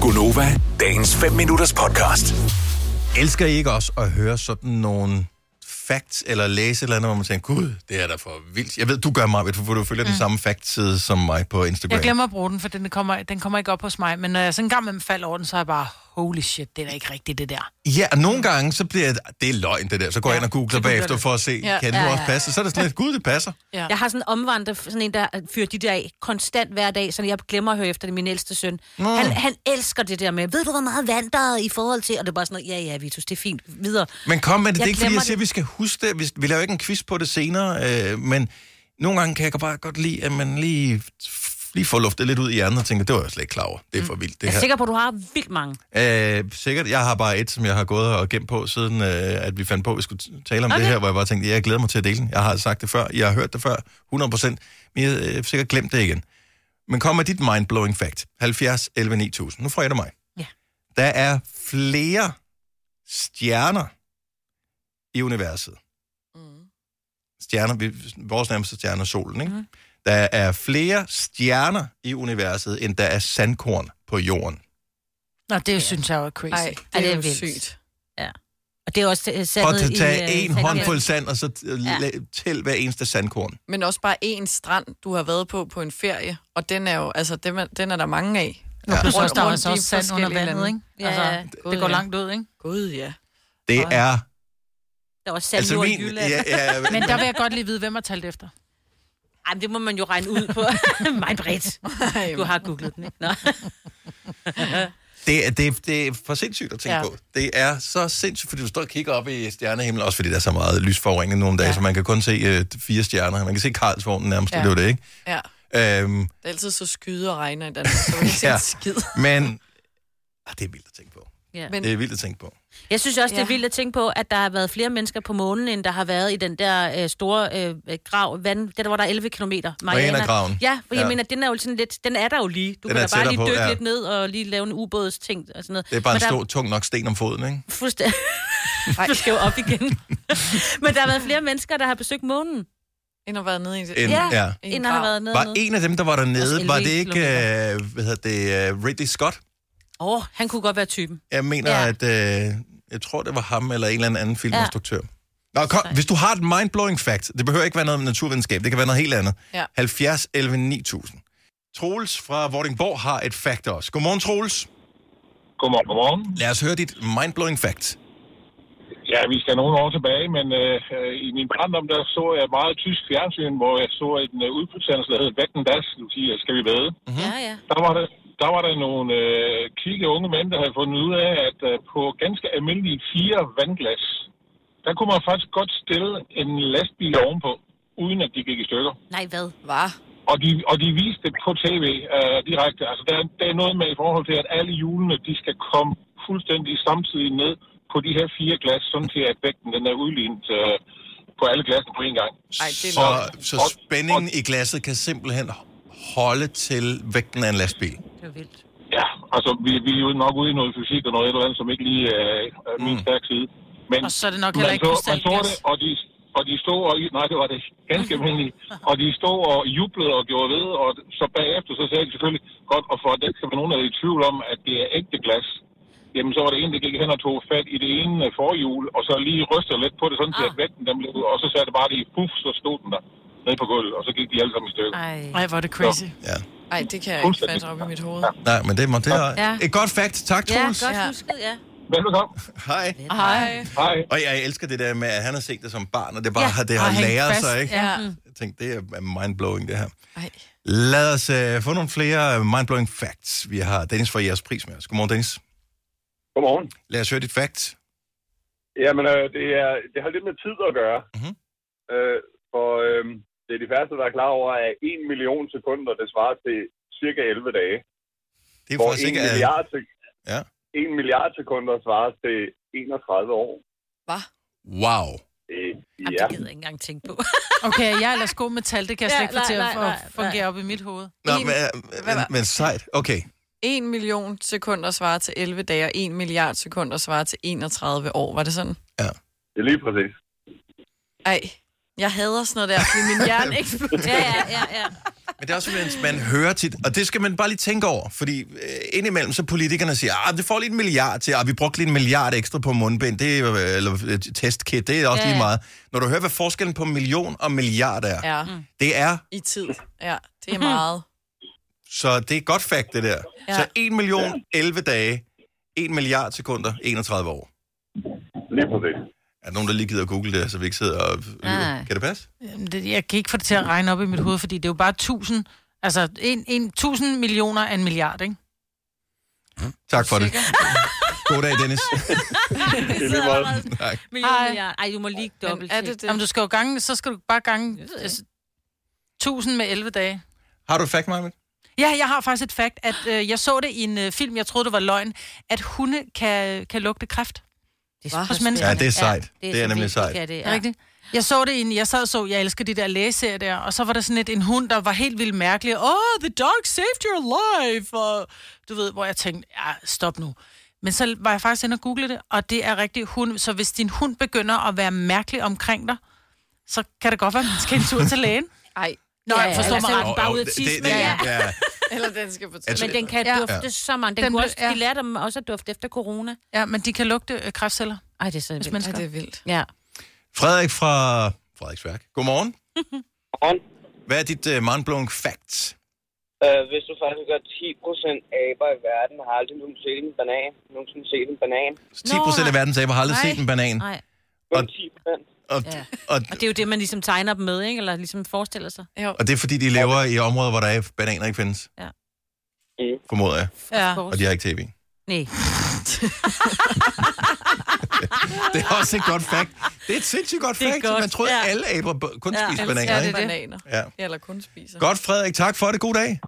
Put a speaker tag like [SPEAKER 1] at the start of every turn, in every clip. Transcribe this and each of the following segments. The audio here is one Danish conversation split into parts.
[SPEAKER 1] Gunova, dagens 5 minutters podcast.
[SPEAKER 2] Elsker I ikke også at høre sådan nogle facts, eller læse et eller andet, hvor man tænker, gud, det er da for vildt. Jeg ved, du gør mig, for du følger mm. den samme factside som mig på Instagram.
[SPEAKER 3] Jeg glemmer at bruge den, for den kommer, den kommer ikke op hos mig. Men når jeg sådan en gang med falder over den, så er jeg bare, holy shit, det er da ikke rigtigt, det der.
[SPEAKER 2] Ja, og nogle gange, så bliver det, det er løgn, det der. Så går jeg
[SPEAKER 3] Ja,
[SPEAKER 2] ind og googler
[SPEAKER 3] så googler
[SPEAKER 2] bagefter
[SPEAKER 3] det.
[SPEAKER 2] for at se,
[SPEAKER 3] Ja.
[SPEAKER 2] kan det
[SPEAKER 4] Ja,
[SPEAKER 2] nu
[SPEAKER 4] ja,
[SPEAKER 2] også passe? Så er det sådan lidt, gud, det passer.
[SPEAKER 3] Ja.
[SPEAKER 4] Jeg har sådan en omvandret, sådan en, der øh, fyrer de der af konstant hver dag, så jeg glemmer at høre efter det, min ældste søn. Han, han elsker det der med, ved du, hvor meget vand der er i forhold til? Og det er bare sådan noget, ja, ja, Vitus, det er fint. Videre.
[SPEAKER 2] Men kom med det, det er
[SPEAKER 4] Jeg
[SPEAKER 2] ikke fordi,
[SPEAKER 4] glemmer
[SPEAKER 2] jeg siger, at vi skal huske det. Vi, vi laver ikke en quiz på det senere, øh, men nogle gange kan jeg bare godt lide, at man lige, lige får luftet lidt ud i hjernen og tænker, det var jeg slet ikke klar over. Det er for vildt, det
[SPEAKER 4] Jeg
[SPEAKER 2] her.
[SPEAKER 4] er sikker på, at du har vildt mange.
[SPEAKER 2] Øh, sikkert. Jeg har bare et, som jeg har gået og gemt på, siden øh, at vi fandt på, at vi skulle t- tale om okay. det her, hvor jeg bare tænkte, ja, jeg glæder mig til at dele den. Jeg har sagt det før, jeg har hørt det før, 100%, men jeg har øh, sikkert glemt det igen. Men kom med dit mind-blowing fact. 70 11 9000. Nu får jeg det mig.
[SPEAKER 4] Ja.
[SPEAKER 2] Der er flere stjerner i universet. Mm. Stjerner, vi, vores nærmeste stjerne er solen, ikke? Mm. Der er flere stjerner i universet, end der er sandkorn på jorden.
[SPEAKER 3] Nå, det synes jeg jo er crazy.
[SPEAKER 5] Nej,
[SPEAKER 3] Ej.
[SPEAKER 5] det,
[SPEAKER 4] det
[SPEAKER 5] er,
[SPEAKER 4] er
[SPEAKER 5] jo
[SPEAKER 4] vildt.
[SPEAKER 5] sygt.
[SPEAKER 4] Og det er også øh,
[SPEAKER 2] For
[SPEAKER 4] sandet
[SPEAKER 2] at tage
[SPEAKER 4] i,
[SPEAKER 2] en
[SPEAKER 4] sandet.
[SPEAKER 2] håndfuld sand, og så
[SPEAKER 4] Ja.
[SPEAKER 2] ja. tæl hver eneste sandkorn.
[SPEAKER 5] Men også bare en strand, du har været på på en ferie, og den er jo, altså, den er, den er der mange af.
[SPEAKER 3] Nu ja. pludselig
[SPEAKER 5] Rundt-
[SPEAKER 3] også, der er
[SPEAKER 5] rundt
[SPEAKER 3] altså
[SPEAKER 5] i
[SPEAKER 3] også sand under
[SPEAKER 5] forskellige
[SPEAKER 3] vandet,
[SPEAKER 5] lande.
[SPEAKER 3] ikke?
[SPEAKER 4] Ja,
[SPEAKER 3] altså,
[SPEAKER 4] ja.
[SPEAKER 3] det
[SPEAKER 5] Gud,
[SPEAKER 3] går
[SPEAKER 5] ja.
[SPEAKER 3] langt ud, ikke?
[SPEAKER 5] Gud, ja.
[SPEAKER 2] Det
[SPEAKER 5] Ej.
[SPEAKER 2] er...
[SPEAKER 4] Der er også sand
[SPEAKER 2] Altså
[SPEAKER 4] altså, i
[SPEAKER 2] min...
[SPEAKER 4] Jylland.
[SPEAKER 2] Ja,
[SPEAKER 4] Ja.
[SPEAKER 2] ja,
[SPEAKER 3] Men der vil jeg godt lige vide, hvem har talt efter.
[SPEAKER 4] Ej, men det må man jo regne ud på. Meget bredt.
[SPEAKER 5] Ej,
[SPEAKER 4] Du har googlet den, ikke? Nå.
[SPEAKER 2] det, er- det, er- det er for sindssygt at tænke ja.
[SPEAKER 3] Ja.
[SPEAKER 2] på. Det er så sindssygt, fordi du står og kigger op i stjernehimlen, også fordi der er så meget lysforurening nogle dage, ja. så man kan kun se øh, fire stjerner. Man kan se Karlsvognen nærmest, ja.
[SPEAKER 3] Ja.
[SPEAKER 2] det er jo det, ikke?
[SPEAKER 5] Ja,
[SPEAKER 2] Øhm,
[SPEAKER 5] det er altid så skyde og regner i Danmark, så man kan
[SPEAKER 2] Ja.
[SPEAKER 5] ja. skid.
[SPEAKER 2] men... Ah, det er vildt at tænke på.
[SPEAKER 4] Ja.
[SPEAKER 5] Men-
[SPEAKER 2] Det er vildt at tænke på.
[SPEAKER 4] Jeg synes også, det er
[SPEAKER 5] Ja.
[SPEAKER 4] vildt at tænke på, at der har været flere mennesker på månen, end der har været i den der øh, store øh, øh, grav, vand, det der, hvor der er 11 km.
[SPEAKER 2] Marianagraven.
[SPEAKER 4] Ja, for jeg
[SPEAKER 2] Ja.
[SPEAKER 4] ja. mener, den er jo sådan lidt, den er der jo lige. Du
[SPEAKER 2] Den
[SPEAKER 4] den
[SPEAKER 2] er
[SPEAKER 4] kan da bare
[SPEAKER 2] tættere
[SPEAKER 4] lige
[SPEAKER 2] på,
[SPEAKER 4] dykke
[SPEAKER 2] ja.
[SPEAKER 4] ja. lidt ned og lige lave en ubådsting og sådan noget.
[SPEAKER 2] Det er bare
[SPEAKER 4] Men
[SPEAKER 2] en
[SPEAKER 4] der
[SPEAKER 2] stor, tung nok sten om foden, ikke?
[SPEAKER 4] Fuldstændig. Du skal jo op igen. Men der har været flere mennesker, der har besøgt månen,
[SPEAKER 5] End at være nede i det.
[SPEAKER 2] En,
[SPEAKER 4] Ja.
[SPEAKER 2] ja.
[SPEAKER 5] I en
[SPEAKER 4] end der har
[SPEAKER 5] grav.
[SPEAKER 4] været nede.
[SPEAKER 2] Var en af dem, der var dernede,
[SPEAKER 4] Også
[SPEAKER 2] var
[SPEAKER 4] 11
[SPEAKER 2] det ikke, øh, hvad hedder det, øh, Ridley Scott?
[SPEAKER 4] Åh, oh, han kunne godt være typen.
[SPEAKER 2] Jeg mener, ja.
[SPEAKER 4] Ja.
[SPEAKER 2] at øh, jeg tror, det var ham eller en eller anden filminstruktør. Nå, kom, hvis du har et mind-blowing fact, det behøver ikke være noget om naturvidenskab, det kan være noget helt andet.
[SPEAKER 5] Ja.
[SPEAKER 2] 70 11 9000. Troels fra Vordingborg har et fact også. Godmorgen, Troels.
[SPEAKER 6] Godmorgen, godmorgen.
[SPEAKER 2] Lad os høre dit mind-blowing fact.
[SPEAKER 6] Ja, vi skal nogle år tilbage, men øh, øh, i min barndom, der så jeg meget tysk fjernsyn, hvor jeg så en øh, udbudtagelse, der hed Vækken Das, du siger, skal vi bade?
[SPEAKER 2] Mhm.
[SPEAKER 4] Mm-hmm. Ja, ja.
[SPEAKER 6] Der var der, der, var der nogle øh, kvikke unge mænd, der havde fundet ud af, at øh, på ganske almindelige fire vandglas, der kunne man faktisk godt stille en lastbil ovenpå, uden at de gik i stykker.
[SPEAKER 4] Nej, hvad?
[SPEAKER 5] Var.
[SPEAKER 6] Og de, og de viste det på tv øh, direkte. Altså, der, er- der er noget med i forhold til, at alle hjulene, de skal komme fuldstændig samtidig ned på de her fire glas, sådan til at vægten den er udlignet øh, på alle glassene på en gang.
[SPEAKER 5] Ej, det er
[SPEAKER 2] Så,
[SPEAKER 5] løgn.
[SPEAKER 2] så spændingen i glasset kan simpelthen holde til vægten af en lastbil.
[SPEAKER 4] Det var vildt.
[SPEAKER 6] Ja, altså, vi, vi er jo nok ude i noget fysik og noget et eller andet, som ikke lige øh, er min stærke side. Men
[SPEAKER 3] Mm. Og så er det nok heller
[SPEAKER 6] man
[SPEAKER 3] ikke
[SPEAKER 6] så, man så
[SPEAKER 3] krystalglas.
[SPEAKER 6] det, og de, og de stod og... Nej, det var det ganske almindeligt. Og de stod og jublede og gjorde ved, og så bagefter så sagde de selvfølgelig, godt, og for at der ikke skal være nogen, der er i tvivl om, at det er ægte glas, jamen så var det en, der gik hen og tog fat i det ene øh, forhjul, og så lige rystede lidt på det, sådan til
[SPEAKER 3] Ah.
[SPEAKER 6] at vægten dem blev ud, og så sagde det bare lige, puff, så stod den der nede på gulvet, og så gik de alle sammen i stykker.
[SPEAKER 4] Ej.
[SPEAKER 3] Nej, hvor er det crazy.
[SPEAKER 2] Ja.
[SPEAKER 5] Ej, det kan jeg ikke fatte op i mit hoved.
[SPEAKER 2] Nej, men det, må, det er
[SPEAKER 4] Ja.
[SPEAKER 2] et godt fact. Tak,
[SPEAKER 4] Ja,
[SPEAKER 2] Troels.
[SPEAKER 4] godt
[SPEAKER 5] Ja.
[SPEAKER 4] husket, ja.
[SPEAKER 6] Velkommen.
[SPEAKER 2] Hej.
[SPEAKER 5] Hej.
[SPEAKER 6] Hej.
[SPEAKER 2] Og jeg elsker det der med, at han har set det som barn, og det, bare,
[SPEAKER 4] Ja,
[SPEAKER 2] har, det har
[SPEAKER 3] og hængt
[SPEAKER 2] læret
[SPEAKER 3] fast.
[SPEAKER 2] sig, ikke?
[SPEAKER 5] Ja.
[SPEAKER 2] Jeg tænkte, det er mind-blowing, det her.
[SPEAKER 5] Ej.
[SPEAKER 2] Lad os uh, få nogle flere øh, mind-blowing facts. Vi har Dennis fra jeres pris med os. Godmorgen, Dennis.
[SPEAKER 6] Godmorgen.
[SPEAKER 2] Lad os høre dit fact.
[SPEAKER 6] Jamen, øh, det, er, det har lidt med tid at gøre.
[SPEAKER 2] Mhm.
[SPEAKER 6] Mm-hmm. Øh, for øh, det er de færreste, der er klar over, at 1 million sekunder, det svarer til cirka 11 dage.
[SPEAKER 2] Det er
[SPEAKER 6] Hvor
[SPEAKER 2] faktisk
[SPEAKER 6] 1
[SPEAKER 2] ikke... Uh,
[SPEAKER 6] milliard, sek-
[SPEAKER 2] Ja.
[SPEAKER 6] 1 milliard sekunder svarer til 31 år.
[SPEAKER 5] Var.
[SPEAKER 2] wow.
[SPEAKER 6] Det,
[SPEAKER 4] Jamen,
[SPEAKER 6] ja.
[SPEAKER 4] det gider jeg ikke engang tænke på.
[SPEAKER 3] Okay, jeg er ellers god med tal, det kan jeg slet
[SPEAKER 4] Ja,
[SPEAKER 3] ikke få til
[SPEAKER 4] nej,
[SPEAKER 3] at
[SPEAKER 4] nej, nej,
[SPEAKER 3] få- fungere op i mit hoved.
[SPEAKER 2] Nå,
[SPEAKER 5] En-
[SPEAKER 2] men, øh, men, men sejt. Okay.
[SPEAKER 5] En million sekunder svarer til 11 dage, og en milliard sekunder svarer til 31 år. Var det sådan?
[SPEAKER 6] det er lige præcis.
[SPEAKER 5] Ej, jeg hader sådan noget der, fordi min hjerne eksploderer.
[SPEAKER 4] Ja, ja, ja, ja.
[SPEAKER 2] Men det er også sådan, man hører tit, og det skal man bare lige tænke over, fordi øh, indimellem så politikerne siger, ah, det får lige en milliard til, ah, vi brugte lige en milliard ekstra på mundbind, det er, øh, eller øh, testkit, det er også
[SPEAKER 4] Ja,
[SPEAKER 2] lige
[SPEAKER 4] ja.
[SPEAKER 2] meget. Når du hører, hvad forskellen på million og milliard er,
[SPEAKER 5] Ja,
[SPEAKER 2] det er,
[SPEAKER 5] i tid. Ja, det er meget.
[SPEAKER 2] så det er godt fakt, det der.
[SPEAKER 5] Ja.
[SPEAKER 2] Så 1 million, 11 dage, 1 milliard sekunder, 31 år.
[SPEAKER 6] Lige på det.
[SPEAKER 2] Er der nogen, der lige gider at google det, så vi ikke sidder og...
[SPEAKER 4] Nej.
[SPEAKER 2] Kan det passe?
[SPEAKER 3] Jamen, det- Jeg kan ikke få det til at regne op i mit hoved, fordi det er jo bare 1000, altså en, en, 1000 millioner af en milliard, ikke?
[SPEAKER 2] Tak for det. God dag, Dennis.
[SPEAKER 6] Det er lige meget.
[SPEAKER 2] Nej.
[SPEAKER 4] Million,
[SPEAKER 3] Ej.
[SPEAKER 4] milliard. Ej, du må lige
[SPEAKER 5] Men
[SPEAKER 4] dobbelt
[SPEAKER 5] er det det?
[SPEAKER 3] Jamen, du skal jo gange, så skal du bare gange altså, 1000 med 11 dage.
[SPEAKER 2] Har du et fact, Marvind?
[SPEAKER 3] Ja, jeg har faktisk et fakt, at øh, jeg så det i en øh, film, jeg troede, det var løgn, at hunde kan, kan lugte kræft.
[SPEAKER 4] det
[SPEAKER 5] Hva?
[SPEAKER 3] Hos mennesker.
[SPEAKER 2] Ja, det er sejt. Det er
[SPEAKER 4] så
[SPEAKER 2] nemlig
[SPEAKER 4] vildt, de
[SPEAKER 2] sejt.
[SPEAKER 4] kan det,
[SPEAKER 3] Ja. Rigtigt? Jeg så det i en, jeg sad og så, jeg elsker de der lægeserier der, og så var der sådan et, en hund, der var helt vildt mærkelig. Oh, the dog saved your life! Og du ved, hvor jeg tænkte, ja, stop nu. Men så var jeg faktisk inde og google det, og det er rigtigt hund. Så hvis din hund begynder at være mærkelig omkring dig, så kan det godt være, at man skal en tur til lægen.
[SPEAKER 5] Ej,
[SPEAKER 3] Nå,
[SPEAKER 4] Ja,
[SPEAKER 3] jeg forstår
[SPEAKER 4] ellers
[SPEAKER 3] mig
[SPEAKER 4] er
[SPEAKER 3] ret.
[SPEAKER 4] den bare ud af tissen. Ja,
[SPEAKER 2] ja. ja.
[SPEAKER 5] eller den skal på
[SPEAKER 2] Altså,
[SPEAKER 5] altså,
[SPEAKER 4] Men den kan
[SPEAKER 5] Ja.
[SPEAKER 4] dufte så mange. Den,
[SPEAKER 3] Den
[SPEAKER 4] den kunne
[SPEAKER 3] blev-
[SPEAKER 4] også, ja.
[SPEAKER 3] ja.
[SPEAKER 4] De lærte dem også at dufte efter corona.
[SPEAKER 3] Ja, men de kan lugte øh, kræftceller.
[SPEAKER 4] Ej, det er så vildt.
[SPEAKER 5] Ja, det er vildt.
[SPEAKER 4] Ja.
[SPEAKER 2] Frederik fra Frederiksværk. Godmorgen.
[SPEAKER 7] Godmorgen.
[SPEAKER 2] Hvad er dit uh, mindblowing fact?
[SPEAKER 7] Øh, hvis du faktisk gør 10% aber i verden, har aldrig nogensinde set en banan. Nogensinde set en banan.
[SPEAKER 2] 10 procent af verdens aber har aldrig set en banan.
[SPEAKER 4] Nej.
[SPEAKER 7] Kun
[SPEAKER 2] Og-
[SPEAKER 7] 10%.
[SPEAKER 2] Og,
[SPEAKER 4] Ja.
[SPEAKER 2] og,
[SPEAKER 4] Og det er jo det, man ligesom tegner dem med, ikke? Eller ligesom forestiller sig.
[SPEAKER 5] Jo.
[SPEAKER 2] og det er fordi, de lever i områder, hvor der er bananer ikke findes.
[SPEAKER 4] Ja.
[SPEAKER 7] Mm.
[SPEAKER 2] Formoder jeg.
[SPEAKER 3] Ja.
[SPEAKER 2] Og de har ikke tv.
[SPEAKER 4] Nej.
[SPEAKER 2] Det er også et godt fact. Det er et sindssygt godt
[SPEAKER 4] Det er
[SPEAKER 2] fact.
[SPEAKER 4] godt,
[SPEAKER 2] Man troede,
[SPEAKER 4] ja.
[SPEAKER 2] alle aber b- kun
[SPEAKER 4] Ja,
[SPEAKER 2] spiser
[SPEAKER 5] Ja, det
[SPEAKER 2] bananer,
[SPEAKER 5] er
[SPEAKER 2] ikke?
[SPEAKER 5] bananer.
[SPEAKER 2] Ja.
[SPEAKER 5] Eller kun spiser.
[SPEAKER 2] Godt, Frederik. Tak for det. God dag.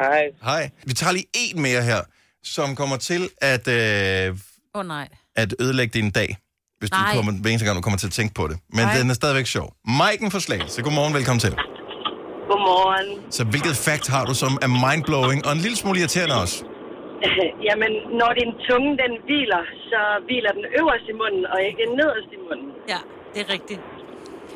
[SPEAKER 7] Hej.
[SPEAKER 2] Hej. Vi tager lige en mere her, som kommer til at, øh,
[SPEAKER 4] Åh, oh, nej.
[SPEAKER 2] at ødelægge din dag, hvis du
[SPEAKER 4] Nej.
[SPEAKER 2] kommer, hver eneste gang, du kommer til at tænke på det. Men
[SPEAKER 3] Nej.
[SPEAKER 2] den er stadigvæk sjov. Maiken fra Slagelse. Godmorgen, velkommen til.
[SPEAKER 8] Godmorgen.
[SPEAKER 2] Så hvilket fact har du, som er mindblowing og en lille smule irriterende også?
[SPEAKER 8] Jamen, når din tunge den hviler, så hviler den øverst i munden, og ikke nederst i munden.
[SPEAKER 4] Ja, det er rigtigt.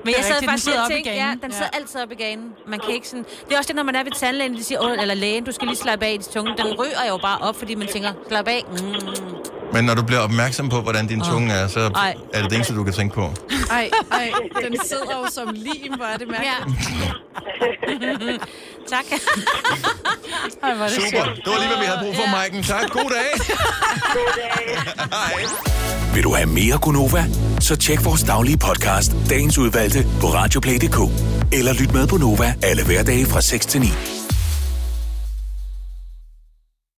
[SPEAKER 4] Men jeg
[SPEAKER 3] er
[SPEAKER 4] sad
[SPEAKER 3] rigtigt, den
[SPEAKER 4] faktisk
[SPEAKER 3] sidder
[SPEAKER 4] og
[SPEAKER 3] oppe i
[SPEAKER 4] tænkte, ja,
[SPEAKER 3] ganen.
[SPEAKER 4] den sidder altid op i ganen. Man kan ikke sådan... Det er også det, når man er ved tandlægen, de siger, "Åh, eller lægen, du skal lige slappe af i dit tunge. Den ryger jo bare op, fordi man tænker, slap af. Mm.
[SPEAKER 2] Men når du bliver opmærksom på, hvordan din tunge er, så
[SPEAKER 4] Ej.
[SPEAKER 2] er det det eneste, du kan tænke på.
[SPEAKER 5] Ej, ej, den sidder jo som lim, hvor er det
[SPEAKER 4] Ja.
[SPEAKER 5] mærkeligt.
[SPEAKER 4] tak.
[SPEAKER 3] Ej, hvor er det
[SPEAKER 2] Super. Det var lige, hvad vi havde brug for, Maiken. Tak. God dag. Hej.
[SPEAKER 1] Vil du have mere Gunova? Så tjek vores daglige podcast, dagens udvalgte, på radioplay.dk. Eller lyt med på Nova alle hverdage fra 6 til 9.